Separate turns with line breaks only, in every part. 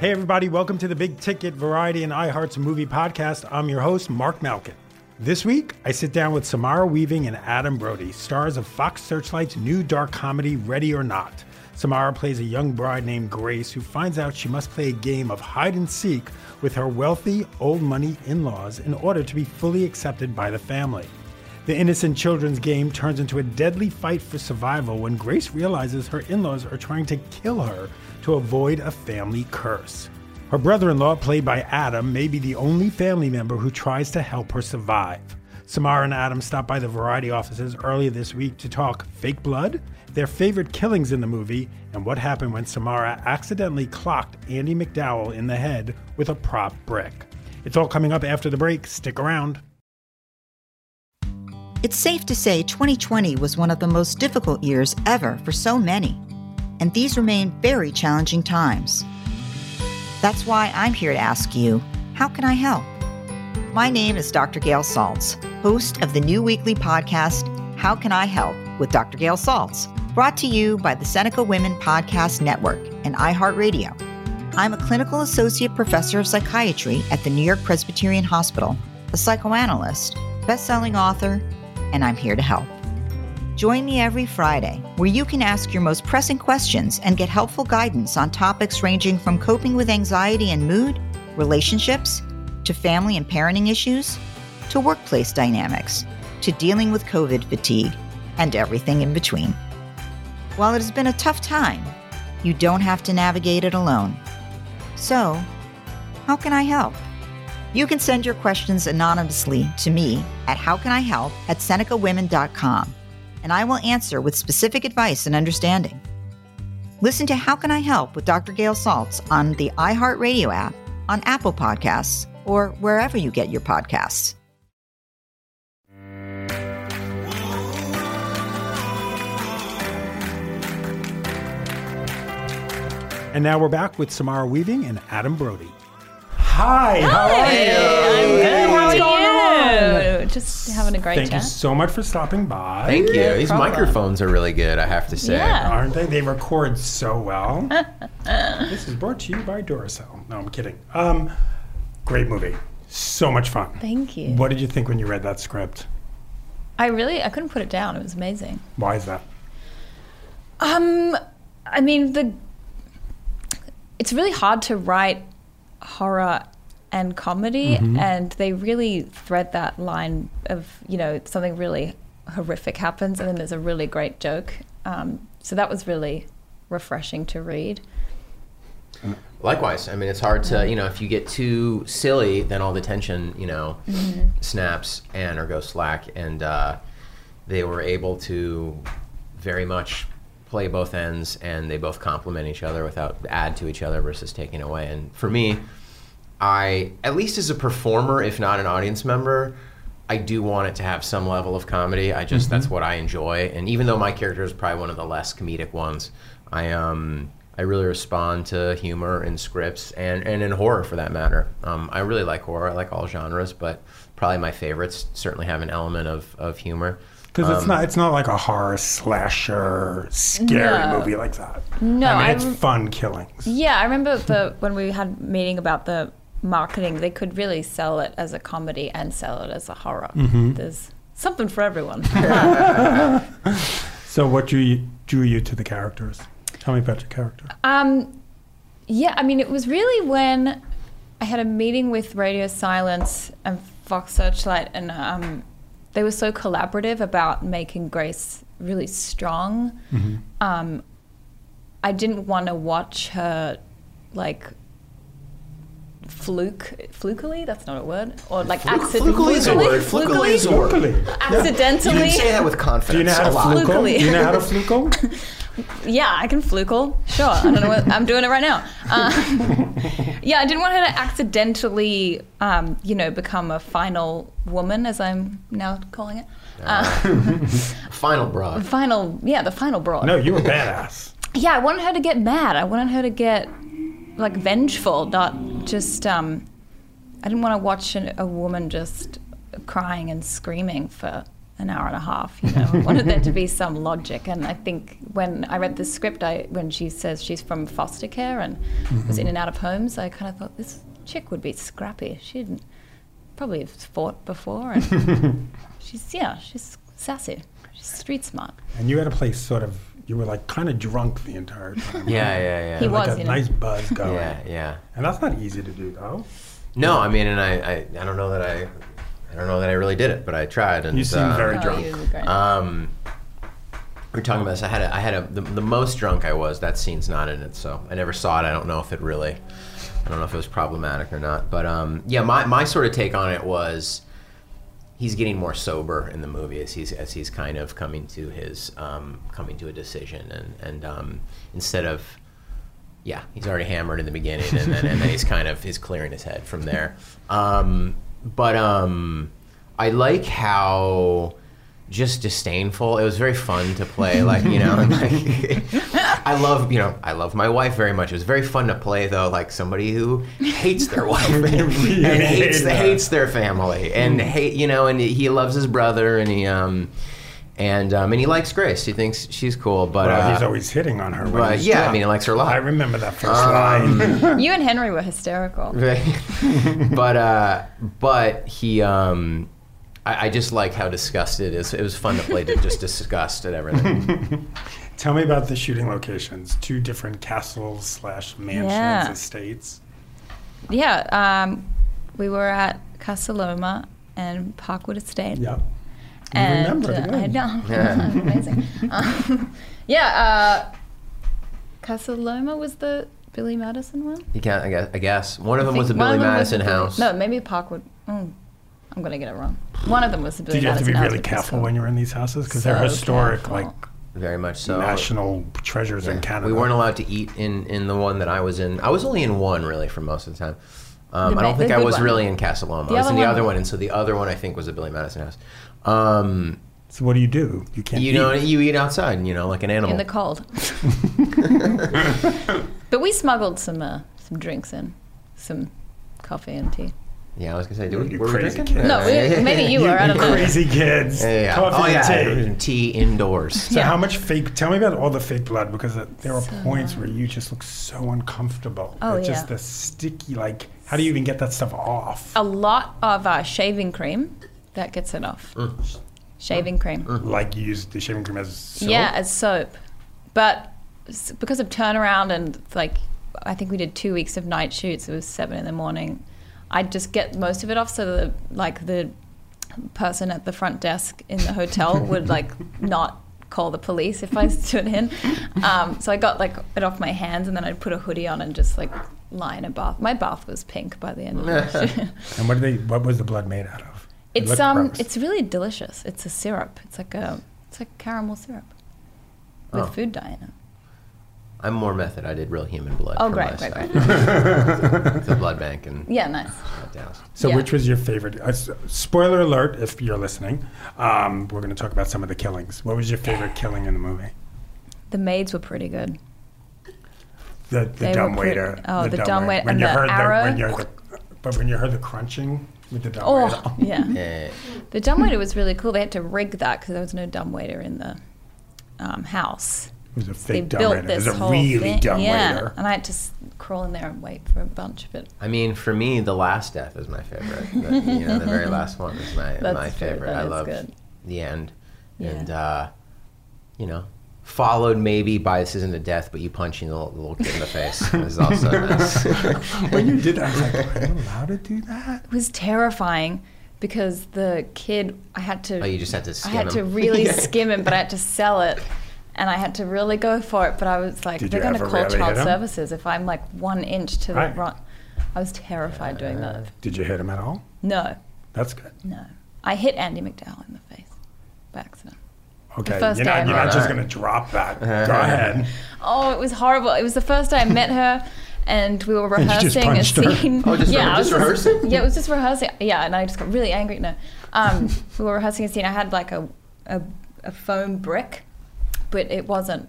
Hey, everybody, welcome to the Big Ticket Variety and iHeart's Movie Podcast. I'm your host, Mark Malkin. This week, I sit down with Samara Weaving and Adam Brody, stars of Fox Searchlight's new dark comedy, Ready or Not. Samara plays a young bride named Grace who finds out she must play a game of hide and seek with her wealthy, old money in laws in order to be fully accepted by the family. The innocent children's game turns into a deadly fight for survival when Grace realizes her in laws are trying to kill her to avoid a family curse. Her brother in law, played by Adam, may be the only family member who tries to help her survive. Samara and Adam stopped by the variety offices earlier this week to talk fake blood, their favorite killings in the movie, and what happened when Samara accidentally clocked Andy McDowell in the head with a prop brick. It's all coming up after the break. Stick around.
It's safe to say 2020 was one of the most difficult years ever for so many, and these remain very challenging times. That's why I'm here to ask you how can I help? My name is Dr. Gail Saltz, host of the new weekly podcast, How Can I Help with Dr. Gail Saltz, brought to you by the Seneca Women Podcast Network and iHeartRadio. I'm a clinical associate professor of psychiatry at the New York Presbyterian Hospital, a psychoanalyst, best-selling author, and I'm here to help. Join me every Friday, where you can ask your most pressing questions and get helpful guidance on topics ranging from coping with anxiety and mood, relationships, to family and parenting issues, to workplace dynamics, to dealing with COVID fatigue, and everything in between. While it has been a tough time, you don't have to navigate it alone. So, how can I help? You can send your questions anonymously to me at howcanihelp at senecawomen.com, and I will answer with specific advice and understanding. Listen to How Can I Help with Dr. Gail Saltz on the iHeartRadio app, on Apple Podcasts, or wherever you get your podcasts.
And now we're back with Samara Weaving and Adam Brody. Hi, how are you?
Hey, what's going
Ew, Just having a great
Thank you
chat.
so much for stopping by.
Thank you. These
problem.
microphones are really good, I have to say.
Yeah.
Aren't they? They record so well. this is brought to you by Duracell. No, I'm kidding. Um, great movie. So much fun.
Thank you.
What did you think when you read that script?
I really I couldn't put it down. It was amazing.
Why is that?
Um, I mean the it's really hard to write horror and comedy,
Mm-hmm.
and they really thread that line of you know something really horrific happens, and then there's a really great joke. Um, so that was really refreshing to read.
Likewise, I mean, it's hard to, you know, if you get too silly, then all the tension, you know,
Mm-hmm.
snaps and or goes slack. And uh, they were able to very much play both ends and they both complement each other without add to each other versus taking away. And for me, I, at least as a performer, if not an audience member, I do want it to have some level of comedy. I just
Mm-hmm.
that's what I enjoy, and even though my character is probably one of the less comedic ones, I um I really respond to humor in scripts and and in horror for that matter. Um, I really like horror. I like all genres, but probably my favorites certainly have an element of of humor.
Because it's not it's not like a horror slasher scary movie like that.
No,
I mean
I
it's
rem-
fun killings.
Yeah, I remember the when we had meeting about the marketing, they could really sell it as a comedy and sell it as a horror. There's something for everyone.
So what drew you drew you to the characters? Tell me about your character.
um, yeah, I mean, it was really when I had a meeting with Radio Silence and Fox Searchlight, and um, they were so collaborative about making Grace really strong.
Mm-hmm.
Um, I didn't want to watch her like fluke flukily that's not a word or like accidentally
Flukily is a word. Flukily is a word.
Locally.
You
accidentally
can say that with
Do you know
confidence
how
a
to
lot.
fluke? Do
Locally.
you know how to fluke?
yeah, I can flukel. Sure. I don't know what I'm doing it right now. Um, yeah, I didn't want her to accidentally, um, you know, become a final woman, as I'm now calling it.
Final broad.
Final, yeah, the final broad.
No, you were badass.
Yeah, I wanted her to get mad. I wanted her to get like vengeful, not just. Um, I didn't want to watch an, a woman just crying and screaming for an hour and a half. You know, I wanted there to be some logic. And I think when I read the script, I when she says she's from foster care and was in and out of homes, I kind of thought this chick would be scrappy. She'd probably have fought before, and she's yeah, she's sassy, she's street smart.
And you had a place sort of, you were like kind of drunk the entire time.
Yeah, yeah, yeah.
He
Like
was,
a
you know.
nice buzz going.
Yeah, yeah.
And that's not easy to do, though.
No, I mean, and I, I, I don't know that I, I don't know that I really did it, but I tried. And
You seem
uh,
very
Oh,
drunk.
you were great.
Um, we were talking about this. I had a, I had a the, the most drunk I was. That scene's not in it, so I never saw it. I don't know if it really, I don't know if it was problematic or not. But um, yeah, my my sort of take on it was, he's getting more sober in the movie as he's as he's kind of coming to his um, coming to a decision, and and um, instead of yeah, he's already hammered in the beginning, and then, and then he's kind of he's clearing his head from there. Um, but um, I like how just disdainful. It was very fun to play, like you know. and, like, I love you know I love my wife very much. It was very fun to play though, like somebody who hates their wife and, and hates
Yeah.
hates their family and
Hmm.
hate you know, and he loves his brother and he um and um and he likes Grace. He thinks she's cool, but
Well,
uh,
he's always hitting on her. When
but,
he's
yeah, I
drunk.
mean um, he likes her a lot.
I remember that first line.
you and Henry were hysterical.
Right. but uh, but he um, I, I just like how disgusted it is. It was fun to play to just disgust at everything.
Tell me about the shooting locations. Two different castles slash mansions,
Yeah.
estates.
Yeah, um, we were at Casaloma and Parkwood Estate.
Yep. You
and
remember it,
uh, I
good.
know,
Yeah.
amazing. Um, yeah, uh, Casaloma was the Billy Madison one.
You can't, I guess. I guess. One of them
I
was the
think one
Billy
of them was
Madison
the Billy-
house.
No, maybe Parkwood. Mm, I'm gonna get it wrong. One of them was the Billy
Did you have to
Madison
be
house,
really
which was
careful
cool.
when you're in these houses? Because they're
So
historic,
careful.
like
Very much so.
national treasures in Canada.
We weren't allowed to eat in, in the one that I was in. I was only in one really for most of the time. Um,
The
I
ba-
don't think
the
I
good
was
one.
really in Casaloma. I was
other
in the
one-
other one, and so the other one I think was the Billy Madison house. Um,
So what do you do? You can't.
you
eat.
know, you eat outside, you know, like an animal.
in the cold. but we smuggled some uh, some drinks in, some coffee and tea.
yeah, I was gonna say, do we,
You
were we
crazy
drinking?
kid.
No, we, maybe you were. I don't know.
crazy kids.
Yeah, yeah.
Coffee
oh, yeah.
and tea.
Tea indoors.
So
Yeah.
how much fake? Tell me about all the fake blood because it- there are points where you just look so uncomfortable.
Oh,
it's just
yeah. Oh.
the sticky. Like, how do you even get that stuff off?
A lot of uh, shaving cream that gets it off. Shaving cream.
Like, you use the shaving cream as Mm. soap.
Yeah, as soap. But s- because of turnaround and like, I think we did two weeks of night shoots. It was seven in the morning. I'd just get most of it off, so the like the person at the front desk in the hotel would like not call the police if I stood in. Um, so I got like it off my hands, and then I'd put a hoodie on and just like lie in a bath. My bath was pink by the end of the shoot.
And what did they? What was the blood made out of? It
It's
looked
um,
gross.
it's really delicious. It's a syrup. It's like a, it's like caramel syrup with
Oh.
food dye in it.
I'm more method. I did real human blood.
Oh,
for
great,
my
great,
stuff.
great.
the blood bank and
Yeah, nice.
Dallas.
So,
Yeah.
which was your favorite? Uh, s- spoiler alert! If you're listening, um, we're going to talk about some of the killings. What was your favorite killing in the movie?
The maids were pretty good.
The the
They
dumb
were pre-
waiter.
oh, the dumb
dumb
wait-
When
and
you
the
heard the
arrow.
when you heard the, but when you heard the crunching with the dumb waiter.
Oh, yeah.
Eh,
The dumbwaiter was really cool. They had to rig that because there was no dumbwaiter in the um, house.
It was a
They
fake dumb
built
waiter. It was
this
a
whole
really
thing.
dumb
yeah.
waiter.
and I had to s- crawl in there and wait for a bunch of it.
I mean, for me, the last death is my favorite. The, you know, the very last one is my
That's
my
true.
favorite.
That
I
is
love
good.
the end,
Yeah.
and uh, you know, followed maybe by this isn't a death, but you punching the little, the little kid in the face is also nice.
when you did that, I was like, "Am I allowed to do that?"
It was terrifying because the kid, I had to.
oh, you just had to
I
skin
had
him.
to really skim him, but I had to sell it. And I had to really go for it, but I was like,
Did
they're
you
going to
ever
call
really hit
child
him?
services if I'm like one inch to the
Right.
front. I was terrified doing that.
Did you hit him at all?
No,
That's good.
no. I hit Andy McDowell in the face by accident.
Okay,
first
you're not,
time.
you're not just going to drop that. Go ahead.
Oh, it was horrible. It was the first day I met her, and we were
you just
rehearsing a
punched her.
scene.
Oh, just re-
I was
just rehearsing?
yeah, it was just rehearsing. Yeah, and I just got really angry. No, um, we were rehearsing a scene. I had like a, a a foam brick, but it wasn't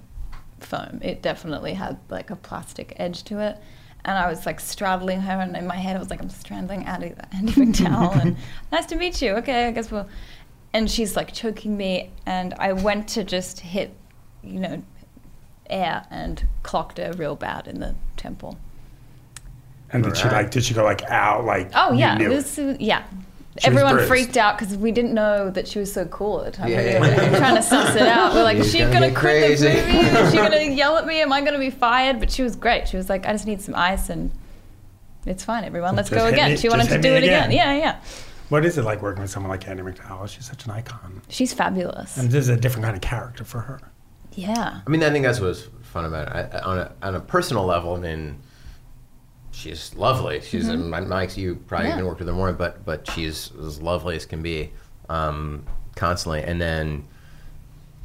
foam. It definitely had like a plastic edge to it. And I was like straddling her, and in my head I was like, I'm straddling Andy, Andy McDowell, and nice to meet you. Okay, I guess we'll. and she's like choking me, and I went to just hit, you know, air and clocked her real bad in the temple.
And did she like? Did she go like out? Like
Oh
you
yeah,
knew
it was, yeah.
was
Everyone
bruised.
freaked out because we didn't know that she was so cool at the time.
Yeah,
we
yeah,
were
yeah.
trying to suss it out. We're like, is
She's
she
gonna
gonna
get
quit
crazy.
the movie? Is she gonna yell at me? Am I gonna be fired? But she was great. She was like, I just need some ice and it's fine, everyone. Let's
Just
go
hit
again.
me-
she wanted
just
to
hit
do
me
it again.
again.
Yeah, yeah.
What is it like working with someone like Andy McDowell? She's such an icon,
She's fabulous.
and this is a different kind of character for her.
Yeah.
I mean, I think that's what's fun about it. I, on, a, on a personal level, I mean, she's lovely. She's and my Mike's. You probably
Mm-hmm. Yeah.
even worked with her more, but but she's as lovely as can be, um, constantly. And then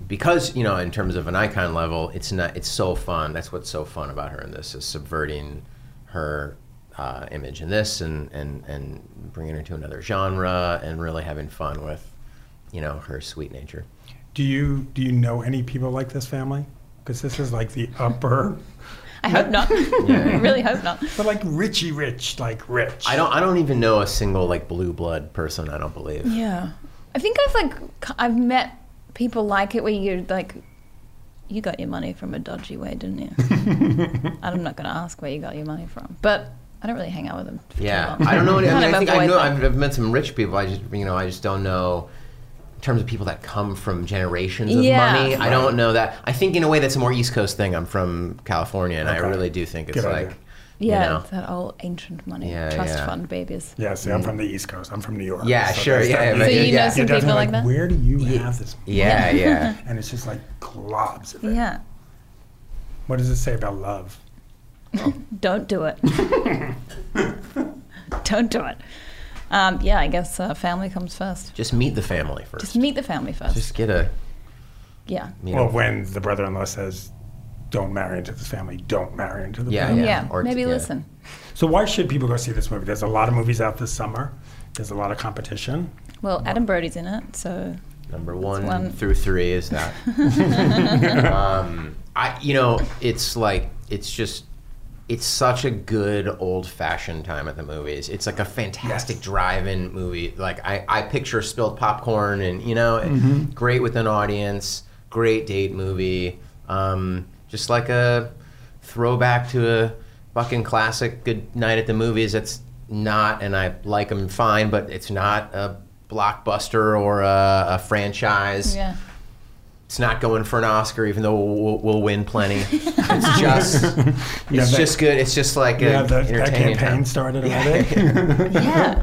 because you know, in terms of an icon level, it's not. It's so fun. That's what's so fun about her in this is subverting her. Uh, image in this and, and, and bringing her to another genre and really having fun with, you know, her sweet nature.
Do you do you know any people like this family? Because this is like the upper,
I hope not. I really hope not.
but like Richie Rich, like rich.
I don't. I don't even know a single like blue blood person. I don't believe.
Yeah. I think I've like c- I've met people like it where you're like you got your money from a dodgy way, didn't you? And I'm not going to ask where you got your money from, but I don't really hang out with them. for too
Yeah,
long.
I don't know. Any, I,
Kind
mean,
of
I think I
avoid
know.
them.
I've, I've met some rich people. I just you know I just don't know. In terms of people that come from generations of
Yeah.
money, I don't know that. I think in a way that's a more East Coast thing. I'm from California, and
Okay.
I really do think it's
Good
like,
idea.
yeah,
you know,
it's that old ancient money
Yeah,
trust
yeah.
fund babies.
Yeah, see, I'm from the East Coast. I'm from New York.
Yeah, sure,
that's
yeah,
definitely-
but
So you
yeah.
know some
You're
people
definitely
like that.
Where do you have this?
yeah, yeah.
And it's just like globs of it.
Yeah,
What does it say about love?
don't do it. don't do it. Um, yeah, I guess uh, family comes first.
just meet the family first.
Just
Just,
meet the family first.
get a
yeah.
you
Well,
know,
when the brother-in-law says, "Don't marry into this family. Don't marry into the
Yeah,
family."
Yeah,
or-
maybe
yeah.
listen.
So why should people go see this movie? There's a lot of movies out this summer. There's a lot of competition.
Well, Adam Brody's in it, so
number one,
one.
through three is that. um, I you know it's like it's just it's such a good old fashioned time at the movies. It's like a fantastic drive in movie. Like I, I picture spilled popcorn and you know
Mm-hmm.
great with an audience, great date movie. Um, just like a throwback to a fucking classic good night at the movies. That's not and I like them fine, but it's not a blockbuster or a, a franchise
yeah.
it's not going for an Oscar, even though we'll, we'll win plenty. It's just, it's
Yeah, that-
just good. It's just like
Yeah,
a
that, that
entertaining
campaign
time.
started already.
Yeah.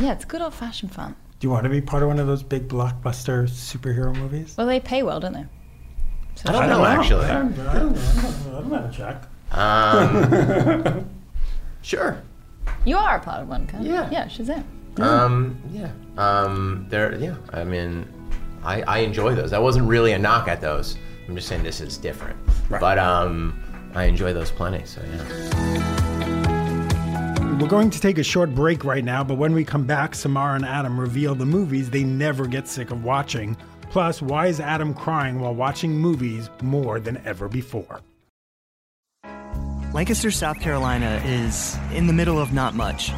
Yeah, it's good old fashioned fun.
Do you want to be part of one of those big blockbuster superhero movies?
Well, they pay well, don't they? So
I
Uh-huh.
don't know actually.
I don't, I don't, I don't, I don't have a check.
Um, Sure.
You are a part of one, kind of.
Yeah.
Yeah, Shazam.
Um, yeah. Um, there. Yeah. I mean, I, I enjoy those. That wasn't really a knock at those. I'm just saying this is different.
Right.
But um, I enjoy those plenty. So yeah.
We're going to take a short break right now, but when we come back, Samara and Adam reveal the movies they never get sick of watching. Plus, why is Adam crying while watching movies more than ever before?
Lancaster, South Carolina is in the middle of not much.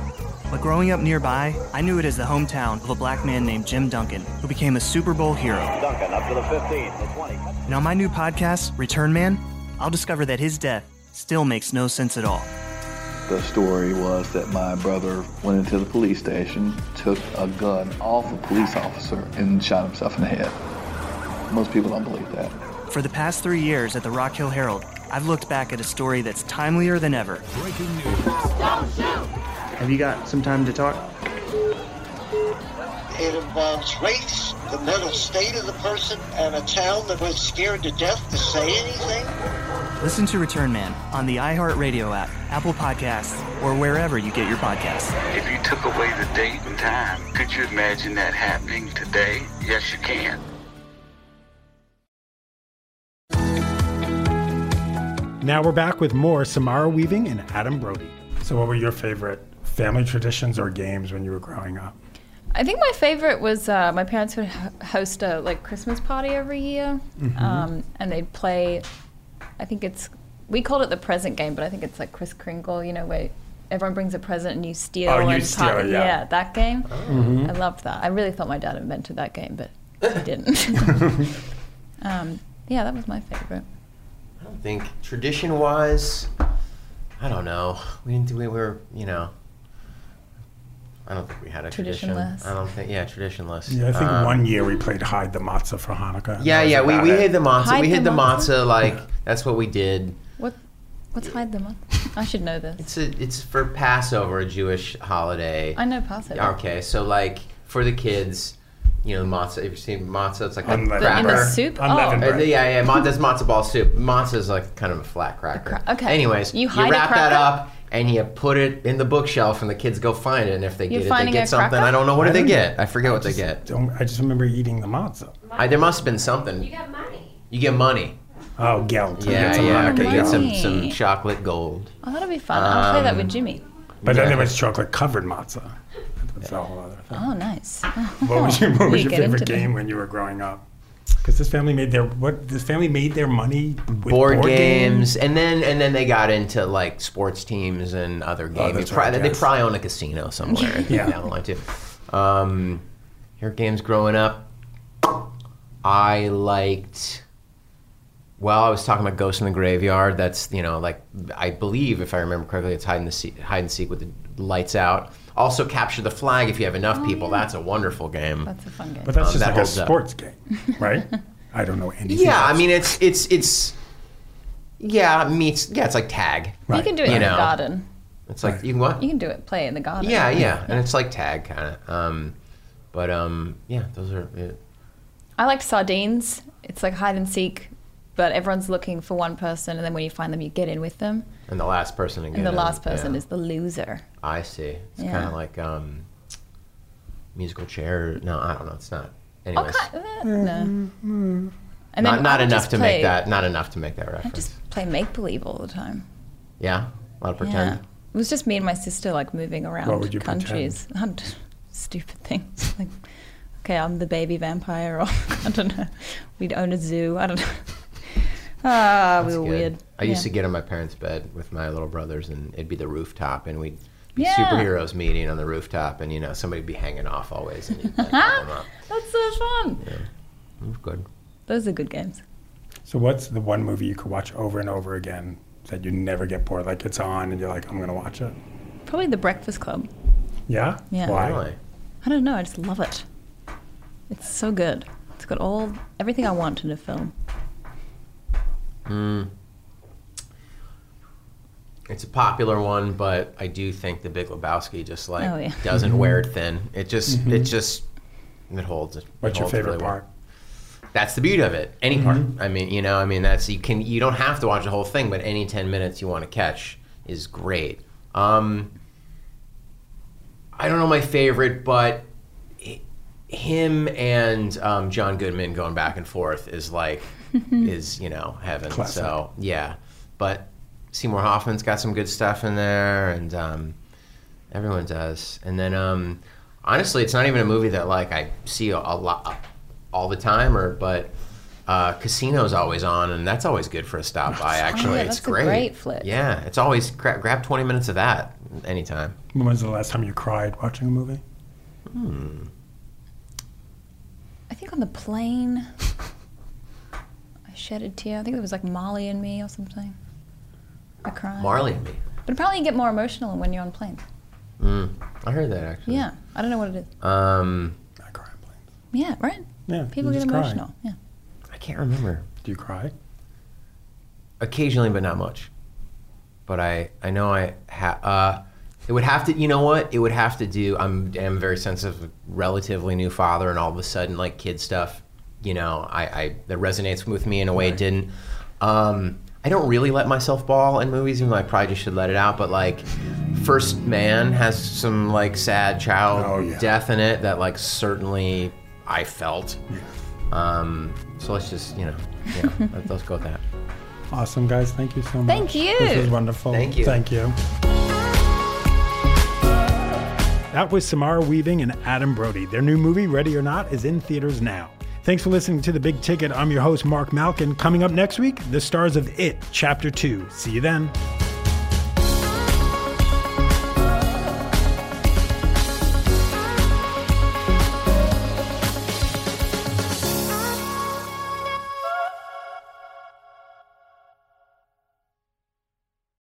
But growing up nearby, I knew it as the hometown of a black man named Jim Duncan, who became a Super Bowl hero.
Duncan up to the 15, the 20.
And on my new podcast, Return Man, I'll discover that his death still makes no sense at all.
The story was that my brother went into the police station, took a gun off a police officer, and shot himself in the head. Most people don't believe that.
For the past three years at the Rock Hill Herald, I've looked back at a story that's timelier than ever. Breaking news. Have you got some time to talk?
It involves race, the mental state of the person, and a town that was scared to death to say anything.
Listen to Return Man on the iHeartRadio app, Apple Podcasts, or wherever you get your podcasts.
If you took away the date and time, could you imagine that happening today? Yes, you can.
Now we're back with more Samara Weaving and Adam Brody. So, what were your favorite family traditions or games when you were growing up?
I think my favorite was uh, my parents would ho- host a like Christmas party every year,
Mm-hmm.
um, and they'd play. I think it's we called it the present game, but I think it's like Chris Kringle, you know, where everyone brings a present and you steal.
Oh, you
and
steal,
part-
yeah. Oh. Mm-hmm.
that game. Mm-hmm. I loved that. I really thought my dad invented that game, but he didn't. um, yeah, that was my favorite.
I don't think tradition wise. I don't know. We didn't. We were. You know. I don't think we had a tradition.
Traditionless.
I don't think. Yeah, traditionless.
Yeah, I think
Um,
one year we played hide the matzah for Hanukkah. and
Yeah,
that was
yeah. We,
about
we
it.
hid the matzah.
Hide
we
the
hid the
matzah?
matzah. Like that's what we did.
What? What's hide them on? I should know this.
It's a, it's for Passover, a Jewish holiday.
I know Passover.
Okay, so like for the kids, you know, matzah. If you see matzah, it's like a
Unleavened
But in the
cracker.
soup?
Unleavened
oh.
Uh, yeah, yeah, ma- that's matzo ball soup. Matzo is like kind of a flat cracker.
cra- okay.
Anyways,
You hide a
wrap that
cracker?
up and you put it in the bookshelf, and the kids go find it. And if they
You're
get it, they
finding
get
a
something.
cracker?
I don't know what
I
did they
don't-
get. I forget what they get.
Don't, I just remember eating the matzah.
I, there must have been something. You get money. You get money.
Oh, gelt.
Yeah,
It's a
yeah.
Hanukkah
You get some
gelt.
Money.
some chocolate gold.
Oh, that'll be fun. I'll play
Um,
that with Jimmy.
But then
Yeah.
there was chocolate covered matzah. That's a whole other thing.
Oh, nice.
What was your, what
Oh, We
was your
get into
favorite
the-
game when you were growing up? Because this family made their what? This family made their money with
Board, games, and then and then they got into like sports teams and other games.
Oh, that's
Pro-
right,
They
yes.
probably own a casino somewhere
Yeah.
down the line too. Um, your games growing up, I liked. Well, I was talking about Ghost in the Graveyard. That's you know like I believe if I remember correctly, it's hide and the se- hide and seek with the lights out. Also, capture the flag if you have enough people. That's a wonderful game.
That's a fun game.
But that's
Um,
just
that
like a
holds up.
sports game, right? I don't know anything.
yeah, I
else.
mean it's it's it's. Yeah, meets. Yeah, it's like tag.
you can do it
You
in
know.
the garden.
It's like you can what?
You can do it. Play in the garden.
Yeah, yeah, and it's like tag kind of. Um, but um, yeah, those are. It.
I liked sardines. It's like hide and seek, but everyone's looking for one person, and then when you find them, you get in with them,
And the last person again.
and the last person
yeah.
is the loser.
I see. It's
Yeah.
kind of like um, musical chair. No, I don't know. It's not. Anyways,
Okay, eh, no. And
not not
I would
enough
just
to
play-
make that. Not enough to make that
I
reference.
just play make believe all the time.
yeah, a lot of
Yeah.
pretend.
It was just me and my sister like moving around
What would you
countries. Stupid things. Like, okay, I'm the baby vampire, or I don't know. We'd own a zoo. I don't know. Ah, we
It's
were
good.
weird.
I used to
Yeah.
get on my parents' bed with my little brothers, and it'd be the rooftop, and we'd be
Yeah.
superheroes meeting on the rooftop, and you know somebody'd be hanging off always, and you'd like, help 'em up.
That's so fun.
It was good.
Those are good games.
so what's the one movie you could watch over and over again that you never get bored? Like it's on and you're like, I'm gonna watch it.
Probably The Breakfast Club.
Yeah.
Yeah.
Why?
Really.
I don't know. I just love it. It's so good. It's got all everything I want in a film.
It's a popular one, but I do think the Big Lebowski just like
Oh, yeah.
doesn't wear it thin. It just it just it holds it.
Mm-hmm. What's
it
your
holds
favorite
really well.
part? Mm-hmm.
That's the beauty of it. Any part. I mean, you know, I mean that's you can you don't have to watch the whole thing, but any ten minutes you want to catch is great. Um I don't know my favorite, but hi- him and um, John Goodman going back and forth is like is you know heaven.
Classic.
So yeah, but Seymour Hoffman's got some good stuff in there, and um, everyone does. And then um, honestly, it's not even a movie that like I see a, a lot all the time, or but. Uh, casino's always on, and that's always good for a stop by. Actually,
Oh, yeah,
Oh, it's
that's a
great.
great flick.
Yeah, it's always gra- grab twenty minutes of that anytime.
When was the last time you cried watching a movie?
I think on the plane, I shed a tear. I think there was like Molly and me or something. I cried.
Marley and me.
But apparently you get more emotional when you're on planes.
Mm, I heard that actually.
Yeah. I don't know what it is.
Um,
I cry on planes.
Yeah, right?
Yeah. you
People get
just cry.
emotional. Yeah.
I can't remember.
Do you cry?
Occasionally, but not much. But I, I know I ha- uh, it would have to. You know what? It would have to do. I'm, I'm very sensitive. Relatively new father, and all of a sudden, like kid stuff. You know, I, I that resonates with me in a way it didn't. Um, I don't really let myself ball in movies, even though I probably just should let it out. But like, First Man has some like sad child
Oh, yeah.
death in it that like certainly I felt. Um, so let's just, you know, yeah, let- let's go with that.
Awesome, guys. Thank you so much.
Thank you.
This was wonderful.
Thank you.
Thank you. That was Samara Weaving and Adam Brody. Their new movie, Ready or Not, is in theaters now. Thanks for listening to The Big Ticket. I'm your host, Mark Malkin. Coming up next week, the stars of It, Chapter 2. See you then.